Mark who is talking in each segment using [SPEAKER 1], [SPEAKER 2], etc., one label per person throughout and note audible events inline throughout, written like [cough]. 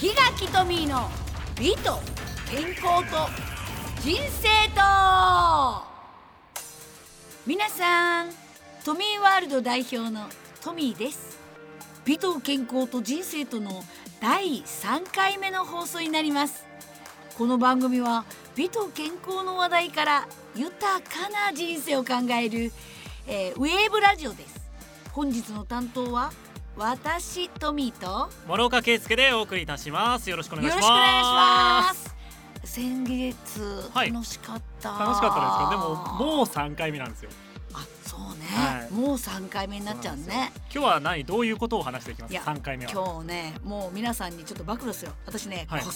[SPEAKER 1] 日がきとみの美と健康と人生と皆さんトミーワールド代表のトミーです美と健康と人生との第3回目の放送になりますこの番組は美と健康の話題から豊かな人生を考える、えーウェーブラジオです本日の担当は私トミーと
[SPEAKER 2] 諸岡圭介でお送りいたしますよろしくお願い
[SPEAKER 1] よ
[SPEAKER 2] し
[SPEAKER 1] ろ
[SPEAKER 2] ま
[SPEAKER 1] し
[SPEAKER 2] す
[SPEAKER 1] くお願いします。先月
[SPEAKER 2] はい
[SPEAKER 1] 楽しかった、
[SPEAKER 2] 楽しかったですけどでももう三回目なんですよ
[SPEAKER 1] あそうね、
[SPEAKER 2] はい
[SPEAKER 1] もう三回目になっちゃうね。
[SPEAKER 2] 今日は何どういうことを話していきます
[SPEAKER 1] いや
[SPEAKER 2] か三回目は
[SPEAKER 1] 今日ねもう皆さんにちょっと暴露ですよ。私ね、
[SPEAKER 2] はい
[SPEAKER 1] こっ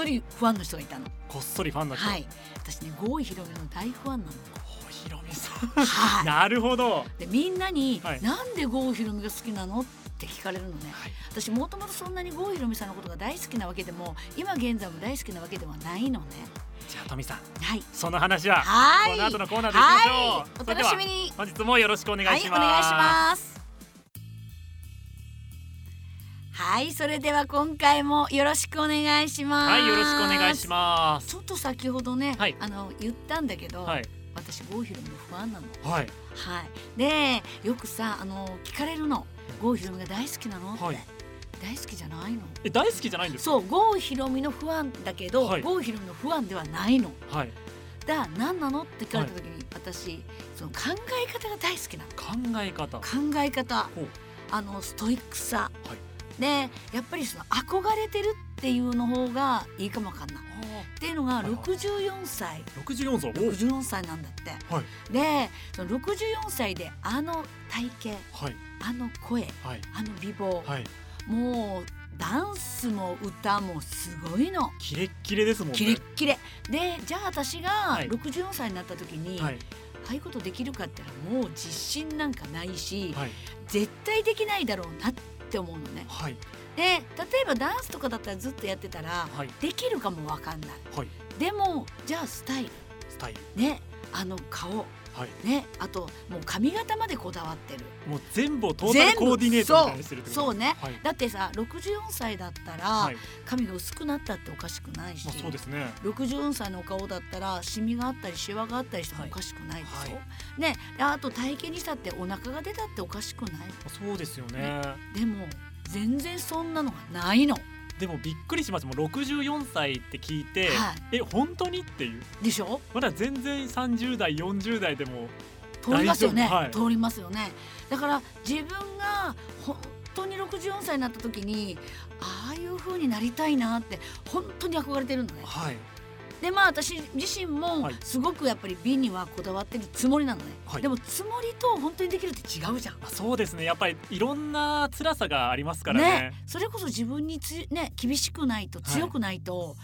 [SPEAKER 1] そりファンの人がいたの。
[SPEAKER 2] こっそりファンの人
[SPEAKER 1] はい。私ね郷ひろみの大ファ
[SPEAKER 2] [laughs]
[SPEAKER 1] ンなの。
[SPEAKER 2] おひろみさ
[SPEAKER 1] は
[SPEAKER 2] ん
[SPEAKER 1] い。
[SPEAKER 2] なるほど
[SPEAKER 1] でみんなに、
[SPEAKER 2] はい
[SPEAKER 1] なんで郷ひろみが好きなのって聞かれるのね。
[SPEAKER 2] はい
[SPEAKER 1] 私もともとそんなに郷ひろみさんのことが大好きなわけでも今現在も大好きなわけではないのね。
[SPEAKER 2] じゃあ富さん
[SPEAKER 1] はい。
[SPEAKER 2] その話は
[SPEAKER 1] はい。
[SPEAKER 2] この後のコーナーでいきまし
[SPEAKER 1] は
[SPEAKER 2] ょ
[SPEAKER 1] い。
[SPEAKER 2] う
[SPEAKER 1] お楽しみ
[SPEAKER 2] に
[SPEAKER 1] に。
[SPEAKER 2] 本日もよろしくお願
[SPEAKER 1] はいい、
[SPEAKER 2] し
[SPEAKER 1] お
[SPEAKER 2] ます
[SPEAKER 1] 願いします。はい、それでは今回もよろしくお願いします。
[SPEAKER 2] はいよろしくお願いします
[SPEAKER 1] ちょっと先ほどね、
[SPEAKER 2] はい
[SPEAKER 1] あの言ったんだけど、
[SPEAKER 2] はい
[SPEAKER 1] 私郷ひろみの不安なの。は
[SPEAKER 2] はい
[SPEAKER 1] い。で、よくさ、あの聞かれるの、郷ひろみが大好きなのって、
[SPEAKER 2] はい
[SPEAKER 1] 大好きじゃないの。
[SPEAKER 2] え大好きじゃないんです
[SPEAKER 1] そう、郷ひろみの不安だけど、
[SPEAKER 2] はい
[SPEAKER 1] 郷ひろみの不安ではないの。
[SPEAKER 2] はい
[SPEAKER 1] だ、何なのって聞かれた時に、私その考え方が大好きなの。
[SPEAKER 2] 考え方
[SPEAKER 1] 考え方
[SPEAKER 2] ほう
[SPEAKER 1] あのストイックさ、
[SPEAKER 2] は
[SPEAKER 1] でやっぱりその憧れてるっていうの方がいいかもわかんない。っていうのが
[SPEAKER 2] いはい
[SPEAKER 1] 64歳
[SPEAKER 2] 六十四層
[SPEAKER 1] 64歳なんだって。
[SPEAKER 2] は
[SPEAKER 1] でその64歳であの体
[SPEAKER 2] はい
[SPEAKER 1] 型あの声
[SPEAKER 2] はい
[SPEAKER 1] あの美貌、
[SPEAKER 2] はい
[SPEAKER 1] もうダンスも歌もすごいの。
[SPEAKER 2] キレッキレですもんね
[SPEAKER 1] キレッキレでじゃあ私が
[SPEAKER 2] はい
[SPEAKER 1] 64歳になった時に、
[SPEAKER 2] はい
[SPEAKER 1] ああいうことできるかって言ったらもう自信なんかないし、
[SPEAKER 2] はい
[SPEAKER 1] 絶対できないだろうなって思うのね。
[SPEAKER 2] はい
[SPEAKER 1] で例えばダンスとかだったらずっとやってたら
[SPEAKER 2] はい
[SPEAKER 1] できるかもわかんない。
[SPEAKER 2] はい
[SPEAKER 1] でもじゃあスタイル
[SPEAKER 2] スタイル
[SPEAKER 1] ねあの顔
[SPEAKER 2] はい
[SPEAKER 1] ねあともう髪型までこだわってる。
[SPEAKER 2] もう全部をトータルコーディネートみたいにしてるってこと
[SPEAKER 1] そうね
[SPEAKER 2] はい
[SPEAKER 1] だってさ64歳だった
[SPEAKER 2] は
[SPEAKER 1] ら
[SPEAKER 2] い
[SPEAKER 1] 髪が薄くなったっておかしくないし、
[SPEAKER 2] まあそうですね
[SPEAKER 1] 64歳のお顔だったらシミがあったりシワがあったりしてもおかしくないでしょ、
[SPEAKER 2] はいは
[SPEAKER 1] ねであと体型にしたってお腹が出たっておかしくない
[SPEAKER 2] まあそうですよね
[SPEAKER 1] ねでも全然そんなのがないの、
[SPEAKER 2] でもびっくりしますもう64歳って聞いて
[SPEAKER 1] は
[SPEAKER 2] え本当にっていう
[SPEAKER 1] い、でしょ
[SPEAKER 2] まだ全然30代40代でも
[SPEAKER 1] 通りますよね、
[SPEAKER 2] 大丈夫
[SPEAKER 1] 通りますよねだから自分が本当に64歳になった時にああいう風になりたいなって本当に憧れてるのね
[SPEAKER 2] はい
[SPEAKER 1] でまあ私自身も
[SPEAKER 2] はい
[SPEAKER 1] すごくやっぱり美にはこだわってるつもりなのね、
[SPEAKER 2] はい
[SPEAKER 1] でもつもりと本当にできるって違うじゃん
[SPEAKER 2] まあそうですねやっぱりいろんな辛さがありますからね
[SPEAKER 1] それこそ自分につね厳しくないと強くないと、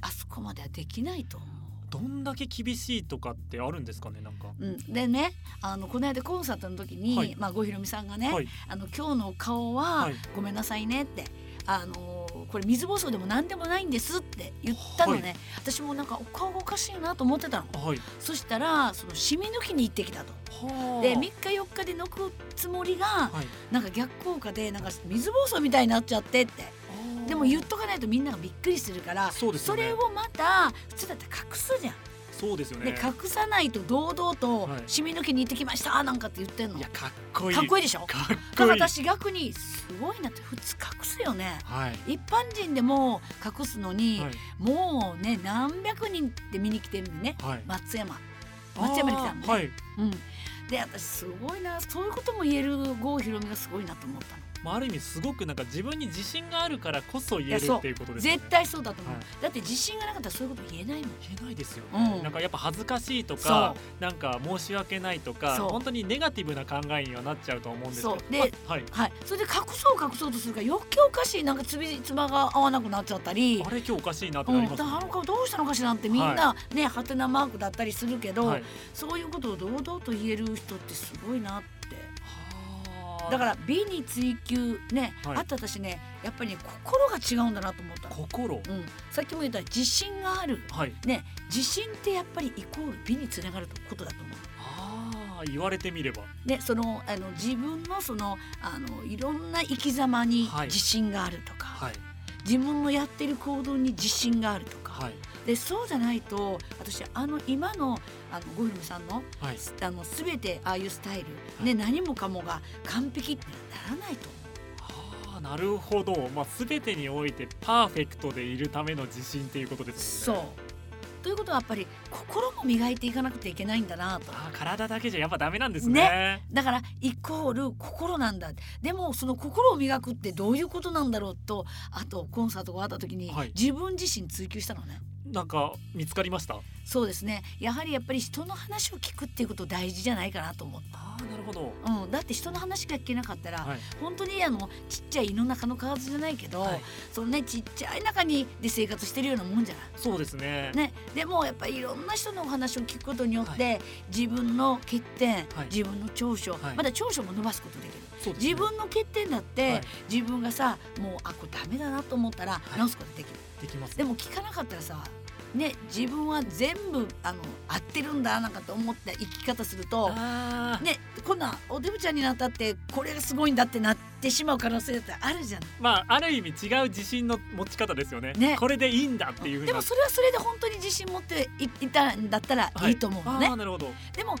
[SPEAKER 1] あそこまではできないと思
[SPEAKER 2] どんだけ厳しいとかってあるんですかねなんか
[SPEAKER 1] う、うん、でねあのこの間コンサートの時に、
[SPEAKER 2] はい
[SPEAKER 1] まあ郷ひろみさんがね、
[SPEAKER 2] はい
[SPEAKER 1] あの今日のお顔は、
[SPEAKER 2] はい
[SPEAKER 1] ごめんなさいねってあのーこれ水ぼそうでも何でもないんですって言ったのね、
[SPEAKER 2] は
[SPEAKER 1] 私もなんかお顔がおかしいなと思ってたの
[SPEAKER 2] はい
[SPEAKER 1] そしたらそのシミ抜きに行ってきたと
[SPEAKER 2] はあ
[SPEAKER 1] で3日4日で抜くつもりが
[SPEAKER 2] はい
[SPEAKER 1] なんか逆効果でなんか水ぼうそうみたいになっちゃってってでも言っとかないとみんながびっくりするから
[SPEAKER 2] そうですよね
[SPEAKER 1] れをまた普通だったら隠すじゃん、
[SPEAKER 2] そうですよ
[SPEAKER 1] で
[SPEAKER 2] ね
[SPEAKER 1] 隠さないと堂々と
[SPEAKER 2] はい
[SPEAKER 1] シミ抜きに行ってきましたなんかって言ってんの
[SPEAKER 2] い
[SPEAKER 1] か
[SPEAKER 2] や
[SPEAKER 1] っ
[SPEAKER 2] かっこいい
[SPEAKER 1] こいいでしょ
[SPEAKER 2] かっ
[SPEAKER 1] だ
[SPEAKER 2] こ
[SPEAKER 1] か
[SPEAKER 2] いい
[SPEAKER 1] ら私逆にすごいなって普通隠すよね
[SPEAKER 2] はい
[SPEAKER 1] 一般人でも隠すのに、
[SPEAKER 2] はい
[SPEAKER 1] もうね何百人って見に来てるんでね
[SPEAKER 2] はい
[SPEAKER 1] 松山松山に来たのね
[SPEAKER 2] あーはい
[SPEAKER 1] うんで私すごいなそういうことも言える郷ひろみがすごいなと思ったの
[SPEAKER 2] まあ、ある意味すごくなんか自分に自信があるからこそ言え
[SPEAKER 1] いや
[SPEAKER 2] る
[SPEAKER 1] そう
[SPEAKER 2] っていうことですよね
[SPEAKER 1] 絶対そうだと思う、
[SPEAKER 2] はい
[SPEAKER 1] だって自信がなかったらそういうこと言えないもん
[SPEAKER 2] 言えないですよね、
[SPEAKER 1] うん
[SPEAKER 2] なんかやっぱ恥ずかしいと
[SPEAKER 1] そ
[SPEAKER 2] かなんか申し訳ないとか
[SPEAKER 1] そう
[SPEAKER 2] 本当にネガティブな考えにはなっちゃうと思うんですけど
[SPEAKER 1] そうで
[SPEAKER 2] まあはい、
[SPEAKER 1] はいそれで隠そう隠そうとするから余計おかしいなんかつびつまが合わなくなっちゃったり
[SPEAKER 2] あれ今日おかしいなって
[SPEAKER 1] う
[SPEAKER 2] なり
[SPEAKER 1] ん、
[SPEAKER 2] ま
[SPEAKER 1] だか
[SPEAKER 2] すよ
[SPEAKER 1] ら
[SPEAKER 2] ね
[SPEAKER 1] あの顔どうしたのかしらってみんなね、はてなマークだったりするけど、
[SPEAKER 2] はい
[SPEAKER 1] そういうことを堂々と言える人ってすごいなって
[SPEAKER 2] はあ
[SPEAKER 1] だから美に追求ね、
[SPEAKER 2] はい
[SPEAKER 1] あと私ねやっぱり、ね、心が違うんだなと思ったの、
[SPEAKER 2] 心
[SPEAKER 1] うん、さっきも言った自信がある
[SPEAKER 2] はい
[SPEAKER 1] ね自信ってやっぱりイコール美につながることだと思う
[SPEAKER 2] ああ言われてみれば
[SPEAKER 1] ね、そのあの自分のそのあのいろんな生き様に
[SPEAKER 2] はい
[SPEAKER 1] 自信があるとか、
[SPEAKER 2] はい
[SPEAKER 1] 自分のやってる行動に自信があるとか、
[SPEAKER 2] はい
[SPEAKER 1] でそうじゃないと私あの今のあのゴフミさんの
[SPEAKER 2] はい
[SPEAKER 1] あの全てああいうスタイル、
[SPEAKER 2] い
[SPEAKER 1] ね、何もかもが完璧ってならないと
[SPEAKER 2] あーなるほど、まあ、全てにおいてパーフェクトでいるための自信っていうことです
[SPEAKER 1] そう
[SPEAKER 2] もんね。
[SPEAKER 1] ということはやっぱり心も磨いていかなくてはいけないんだなと。
[SPEAKER 2] あー体だけじゃやっぱダメなんですね。
[SPEAKER 1] だからイコール心なんだでもその心を磨くってどういうことなんだろうとあとコンサートがあった時に
[SPEAKER 2] はい
[SPEAKER 1] 自分自身追求したのね、
[SPEAKER 2] なんか見つかりました。
[SPEAKER 1] そうですねやはりやっぱり人の話を聞くっていうこと大事じゃないかなと思っ
[SPEAKER 2] ああなるほど。
[SPEAKER 1] た、うん、だって人の話が聞けなかったら、
[SPEAKER 2] はい
[SPEAKER 1] 本当にあのちっちゃい胃の中の蛙じゃないけど、
[SPEAKER 2] はい
[SPEAKER 1] そのねちっちゃい中にで生活してるようなもんじゃない。
[SPEAKER 2] そうですね。
[SPEAKER 1] ね、でもやっぱりいろんな人のお話を聞くことによって、自分の欠点、
[SPEAKER 2] はい
[SPEAKER 1] 自分の長所、
[SPEAKER 2] はい
[SPEAKER 1] まだ長所も伸ばすことできる
[SPEAKER 2] そうですね
[SPEAKER 1] 自分の欠点だって、
[SPEAKER 2] はい
[SPEAKER 1] 自分がさもうあこれダメだなと思ったら
[SPEAKER 2] い
[SPEAKER 1] 直すことできる、
[SPEAKER 2] できます。
[SPEAKER 1] でも聞かなかったらさね自分は全部あの合ってるんだなんかと思って生き方すると。
[SPEAKER 2] あー
[SPEAKER 1] ね、こんなんおデブちゃんになったってこれがすごいんだってなってしまう可能性だってあるじゃん
[SPEAKER 2] まあある意味違う自信の持ち方ですよね。
[SPEAKER 1] ね
[SPEAKER 2] これでいいんだっていうふう
[SPEAKER 1] で
[SPEAKER 2] に
[SPEAKER 1] もそれはそれで本当に自信持っていいたんだったらいいと思うのね、
[SPEAKER 2] ああーなるほど。
[SPEAKER 1] でも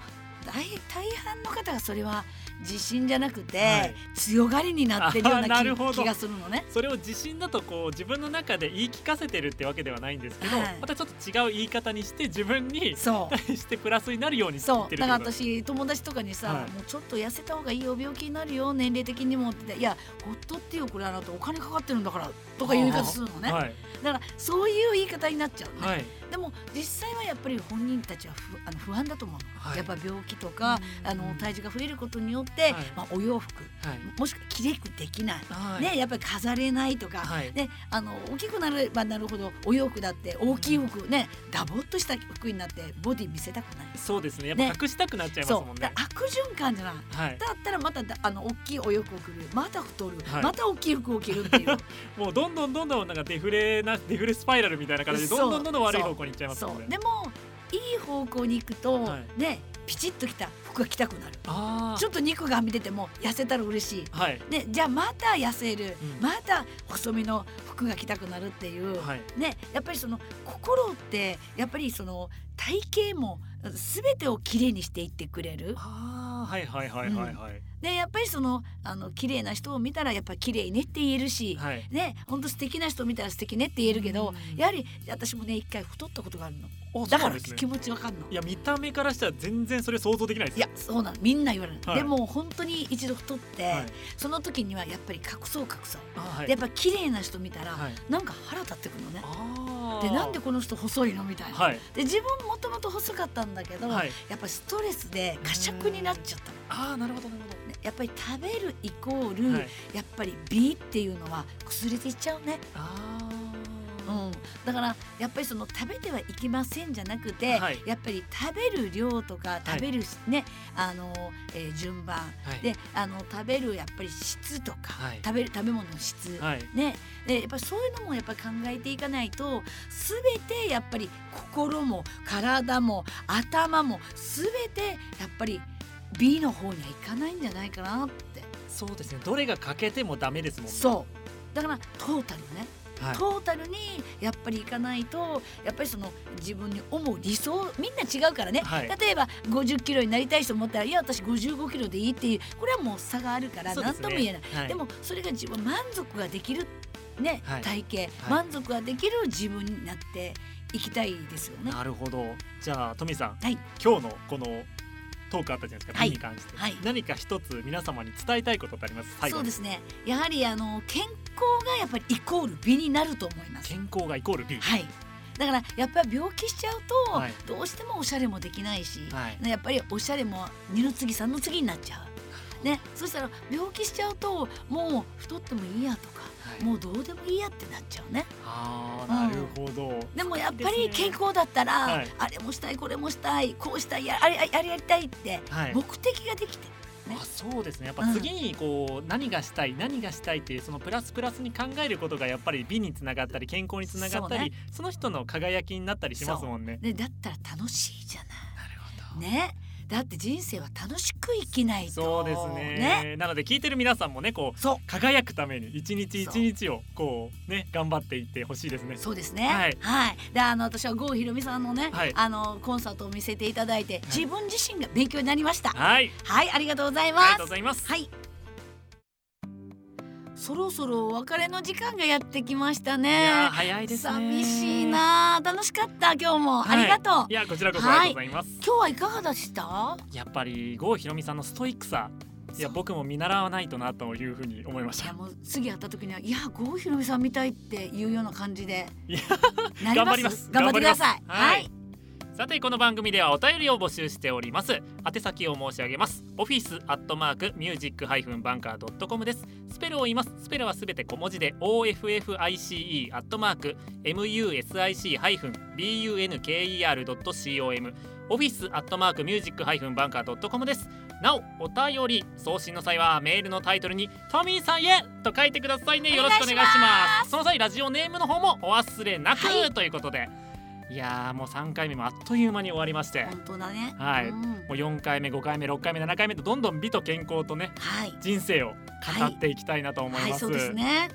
[SPEAKER 1] 大大半の方がそれは自信じゃなくて、
[SPEAKER 2] はい
[SPEAKER 1] 強がりになってるよう
[SPEAKER 2] あー
[SPEAKER 1] な
[SPEAKER 2] な
[SPEAKER 1] 気
[SPEAKER 2] るほど
[SPEAKER 1] 気がするの
[SPEAKER 2] [laughs]
[SPEAKER 1] ね。
[SPEAKER 2] それを自信だとこう自分の中で言い聞かせてるってわけではないんですけど、
[SPEAKER 1] はい
[SPEAKER 2] またちょっと違う言い方にして自分に [laughs]
[SPEAKER 1] そう
[SPEAKER 2] 対してプラスになるように言っ
[SPEAKER 1] そ
[SPEAKER 2] て
[SPEAKER 1] う
[SPEAKER 2] る
[SPEAKER 1] だ
[SPEAKER 2] っ
[SPEAKER 1] か
[SPEAKER 2] て
[SPEAKER 1] ら
[SPEAKER 2] ことです
[SPEAKER 1] 私友達とかにさ、
[SPEAKER 2] はい
[SPEAKER 1] もうちょっと痩せた方がいいよ病気になるよ年齢的にもって言っていやほっとってよこれあなたお金かかってるんだからとかいう言い方するのね、
[SPEAKER 2] はい
[SPEAKER 1] だからそういう言い方になっちゃうのね、
[SPEAKER 2] はい
[SPEAKER 1] でも実際はやっぱり本人たちは不あの不安だと思うの、
[SPEAKER 2] はい
[SPEAKER 1] やっぱ病気とかあの体重が増えることによって、
[SPEAKER 2] はい
[SPEAKER 1] まあ、お洋服
[SPEAKER 2] はい
[SPEAKER 1] もしくは着れくできない
[SPEAKER 2] はい
[SPEAKER 1] ね、やっぱり飾れないとか、
[SPEAKER 2] はい
[SPEAKER 1] ね、あの大きくなればなるほどお洋服だって大きい服ねダボっとした服になってボディ見せたくない。
[SPEAKER 2] そうですねやっぱ
[SPEAKER 1] ね
[SPEAKER 2] 隠したくなっちゃいます
[SPEAKER 1] そ
[SPEAKER 2] もん
[SPEAKER 1] う
[SPEAKER 2] ね
[SPEAKER 1] だ悪循環じゃない
[SPEAKER 2] はい
[SPEAKER 1] だったらまただあの大きいお洋服を着るまた太る、
[SPEAKER 2] はい
[SPEAKER 1] また大きい服を着るっていう
[SPEAKER 2] [laughs] もうどんどんどんどんなんかデフレなデフレスパイラルみたいな感じで
[SPEAKER 1] そう
[SPEAKER 2] どんどんどんどん悪い方向に行っちゃいます
[SPEAKER 1] そ
[SPEAKER 2] もんね
[SPEAKER 1] うでもいい方向に行くと、
[SPEAKER 2] は
[SPEAKER 1] ねピチッときた服が着たくなる
[SPEAKER 2] あ
[SPEAKER 1] ち
[SPEAKER 2] ー
[SPEAKER 1] ょっと肉がはみ出ても痩せたら嬉しい
[SPEAKER 2] はい
[SPEAKER 1] ね、じゃあまた痩せる、
[SPEAKER 2] うん
[SPEAKER 1] また細身の服が着たくなるっていう、
[SPEAKER 2] はい
[SPEAKER 1] ね、やっぱりその心ってやっぱりその体型も全てをきれいにしていってくれる
[SPEAKER 2] あーはいはいはいはいはい、
[SPEAKER 1] でやっぱりそのあの綺麗な人を見たらやっぱ綺麗ねって言えるし、
[SPEAKER 2] はい
[SPEAKER 1] ね本当素敵な人を見たら素敵ねって言えるけど、
[SPEAKER 2] うん
[SPEAKER 1] やはり私もね一回太ったことがあるの
[SPEAKER 2] おそ
[SPEAKER 1] だ
[SPEAKER 2] うな
[SPEAKER 1] か
[SPEAKER 2] ん
[SPEAKER 1] ら
[SPEAKER 2] ですね
[SPEAKER 1] 気持ちわかんの。
[SPEAKER 2] いや見た目からしたら全然それ想像できないです
[SPEAKER 1] いやそうなのみんな言われる、
[SPEAKER 2] はい
[SPEAKER 1] でも本当に一度太って、
[SPEAKER 2] はい
[SPEAKER 1] その時にはやっぱり隠そう隠そう、
[SPEAKER 2] あーはい
[SPEAKER 1] でやっぱ綺麗な人見たら、
[SPEAKER 2] はい
[SPEAKER 1] なんか腹立ってくるのね
[SPEAKER 2] あー
[SPEAKER 1] でなんでこの人細いのみたいな、
[SPEAKER 2] はい
[SPEAKER 1] で自分もともと細かったんだけど、
[SPEAKER 2] はい
[SPEAKER 1] やっぱりストレスで過食になっちゃったの
[SPEAKER 2] ああなるほどなる
[SPEAKER 1] ねやっぱり食べるイコー
[SPEAKER 2] ほ
[SPEAKER 1] ル、
[SPEAKER 2] どはい
[SPEAKER 1] やっぱり美っていうのは崩れていっちゃうね、
[SPEAKER 2] あ
[SPEAKER 1] う
[SPEAKER 2] ー
[SPEAKER 1] ん、だからやっぱりその食べてはいけませんじゃなくて、
[SPEAKER 2] はい
[SPEAKER 1] やっぱり食べる量とか食べるし、ねあの、えー順番
[SPEAKER 2] はい
[SPEAKER 1] であの食べるやっぱり質とか、
[SPEAKER 2] はい
[SPEAKER 1] 食べる食べ物の質、
[SPEAKER 2] はい
[SPEAKER 1] ね、でやっぱりそういうのもやっぱり考えていかないと全てやっぱり心も体も頭も全てやっぱり B の方にはいかないんじゃないかなって
[SPEAKER 2] そうですねどれが欠けてもダメですもんね
[SPEAKER 1] そうだからトータルね、
[SPEAKER 2] はい
[SPEAKER 1] トータルにやっぱりいかないとやっぱりその自分に思う理想みんな違うからね、
[SPEAKER 2] はい
[SPEAKER 1] 例えば50キロになりたい人思ったらいや私55キロでいいっていうこれはもう差があるから
[SPEAKER 2] そうで
[SPEAKER 1] 何
[SPEAKER 2] すね
[SPEAKER 1] とも言えない。
[SPEAKER 2] はい
[SPEAKER 1] でもそれが自分満足ができる、ね
[SPEAKER 2] はい
[SPEAKER 1] 体型、
[SPEAKER 2] はい
[SPEAKER 1] 満足ができる自分になっていきたいですよね。
[SPEAKER 2] なるほどじゃあトミさん
[SPEAKER 1] はい
[SPEAKER 2] 今日のこのトークあったじゃないですか、
[SPEAKER 1] はい
[SPEAKER 2] 美に関して、
[SPEAKER 1] はい
[SPEAKER 2] 何か一つ皆様に伝えたいことってあります最
[SPEAKER 1] そ
[SPEAKER 2] 後
[SPEAKER 1] う
[SPEAKER 2] に
[SPEAKER 1] ですねやはりあの健康がやっぱりイコール美になると思います。
[SPEAKER 2] 健康がイコール美
[SPEAKER 1] はいだからやっぱり病気しちゃうと、
[SPEAKER 2] はい
[SPEAKER 1] どうしてもおしゃれもできないし、
[SPEAKER 2] はい
[SPEAKER 1] やっぱりおしゃれも二の次三の次になっちゃう。ね、そしたら病気しちゃうともう太ってもいいやとか、
[SPEAKER 2] はい
[SPEAKER 1] もうどうでもいいやってなっちゃうね。
[SPEAKER 2] あー
[SPEAKER 1] うん
[SPEAKER 2] なるほど、
[SPEAKER 1] でもやっぱ
[SPEAKER 2] そう
[SPEAKER 1] り
[SPEAKER 2] ですね
[SPEAKER 1] 健康だったら、
[SPEAKER 2] はい
[SPEAKER 1] あれもしたいこれもしたいこうしたいやあれあれやりたいって
[SPEAKER 2] はい
[SPEAKER 1] 目的ができて、ね
[SPEAKER 2] あそうですねやっぱ
[SPEAKER 1] うん
[SPEAKER 2] 次にこう何がしたい何がしたいっていうそのプラスプラスに考えることがやっぱり美につながったり健康につながったりそ,、
[SPEAKER 1] そうね
[SPEAKER 2] の人の輝きになったりしますもんね。
[SPEAKER 1] でだったら楽しいじゃな
[SPEAKER 2] なる
[SPEAKER 1] い
[SPEAKER 2] ほ
[SPEAKER 1] ねだって人生は楽しく生きないと
[SPEAKER 2] そうですねなので聞いてる皆さんもねこう
[SPEAKER 1] そう
[SPEAKER 2] 輝くために一日一日をこうね頑張っていってほしいですね。
[SPEAKER 1] そうですね。は
[SPEAKER 2] はいい。
[SPEAKER 1] で、あの私は郷ひろみさんのね、
[SPEAKER 2] はい
[SPEAKER 1] あのコンサートを見せていただいて、自分自身が勉強になりました。
[SPEAKER 2] はい
[SPEAKER 1] はい、ありがとうござい
[SPEAKER 2] あり
[SPEAKER 1] ま
[SPEAKER 2] が
[SPEAKER 1] す
[SPEAKER 2] とう。ございます。
[SPEAKER 1] はい。そろそろお別れの時間がやってきました
[SPEAKER 2] いやー
[SPEAKER 1] ね。
[SPEAKER 2] 早いですね。
[SPEAKER 1] 寂しい。なー、楽しかった今日も、
[SPEAKER 2] はい
[SPEAKER 1] ありがとう
[SPEAKER 2] い。やこちらこそありがとうございます。
[SPEAKER 1] 今日はいかがでした？
[SPEAKER 2] やっぱり郷ひろみさんのストイックさい
[SPEAKER 1] そ
[SPEAKER 2] や
[SPEAKER 1] う
[SPEAKER 2] 僕も見習わないとなというふうに思いまし
[SPEAKER 1] いや
[SPEAKER 2] た。
[SPEAKER 1] もう次会った時にはいや郷ひろみさんみたいっていうような感じで
[SPEAKER 2] いや
[SPEAKER 1] な
[SPEAKER 2] 頑張ります
[SPEAKER 1] 頑張ってください
[SPEAKER 2] 頑張ります
[SPEAKER 1] は
[SPEAKER 2] はいいさてこの番組ではお便りを募集しております宛先を申し上げますオフィスアットマークミュージックハイフンバンカードットコムですスペルを言いますスペルはすべて小文字で OFFICE アットマーク MUSIC ハイフン BUNKER ドット COM オフィスアットマークミュージックハイフンバンカードットコムですなおお便り送信の際はメールのタイトルにトミーさんへと書いてくださいねよろしくお願いしま
[SPEAKER 1] お願
[SPEAKER 2] す
[SPEAKER 1] いしま
[SPEAKER 2] その際ラジオネームの方もお忘れなく、
[SPEAKER 1] はい
[SPEAKER 2] ということでいやーもう3回目もあっという間に終わりまして
[SPEAKER 1] 本当だね
[SPEAKER 2] はい
[SPEAKER 1] うん
[SPEAKER 2] もう4回目5回目6回目7回目とどんどん美と健康とね
[SPEAKER 1] はい
[SPEAKER 2] 人生を語っていきたいなと思い
[SPEAKER 1] はい
[SPEAKER 2] ます,、
[SPEAKER 1] そうですね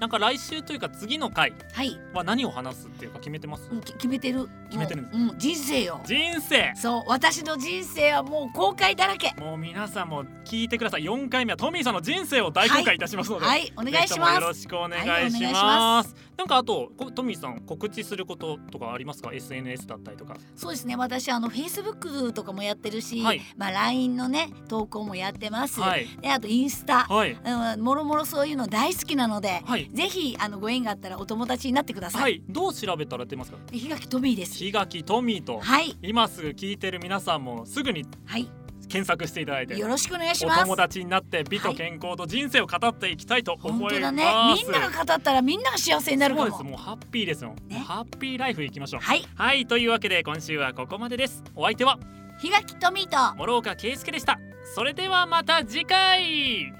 [SPEAKER 2] なんか来週というか次の回
[SPEAKER 1] はい
[SPEAKER 2] は何を話すっていうか決めてます
[SPEAKER 1] うんき決めてる
[SPEAKER 2] 決めてるんです
[SPEAKER 1] もううん人生よ
[SPEAKER 2] 人生
[SPEAKER 1] そう私の人生はもう後悔だらけ
[SPEAKER 2] もう皆さんも聞いてください4回目はトミーさんの人生を大公開いたしますので、
[SPEAKER 1] はいお願いしま
[SPEAKER 2] ぜひともよろ
[SPEAKER 1] す
[SPEAKER 2] しくお願
[SPEAKER 1] はいお願い
[SPEAKER 2] いし
[SPEAKER 1] しま
[SPEAKER 2] ます。なんかあとこトミーさん告知することとかありますか ?SNS だったりとか。
[SPEAKER 1] そうですね私あの Facebook とかもやってるし
[SPEAKER 2] はい
[SPEAKER 1] まあ LINE のね投稿もやってます
[SPEAKER 2] はい
[SPEAKER 1] であとインスタ
[SPEAKER 2] はい
[SPEAKER 1] うんもろもろそういうの大好きなので
[SPEAKER 2] はい
[SPEAKER 1] ぜひあのご縁があったらお友達になってくださ
[SPEAKER 2] はいいどう調べたら出ますか？
[SPEAKER 1] 日垣トミーです
[SPEAKER 2] 日垣トミーと
[SPEAKER 1] はい
[SPEAKER 2] 今すぐ聞いてる皆さんもすぐに
[SPEAKER 1] はい
[SPEAKER 2] 検索していただいて
[SPEAKER 1] よ。ろしくお願いし
[SPEAKER 2] お
[SPEAKER 1] ます
[SPEAKER 2] 友達になって美
[SPEAKER 1] は
[SPEAKER 2] と
[SPEAKER 1] い
[SPEAKER 2] 健康と人生を語っていきたいと思い
[SPEAKER 1] 本
[SPEAKER 2] ます。
[SPEAKER 1] 当だねみんなが語ったらみんなが幸せになるか
[SPEAKER 2] そうです
[SPEAKER 1] も
[SPEAKER 2] もうハッピーですよ。
[SPEAKER 1] ね
[SPEAKER 2] もうハッピーライフいきましょう。
[SPEAKER 1] はい
[SPEAKER 2] はいというわけで今週はここまでです。お相手は
[SPEAKER 1] 日垣トミーと
[SPEAKER 2] 諸岡圭介でした。それではまた次回。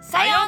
[SPEAKER 1] さようなら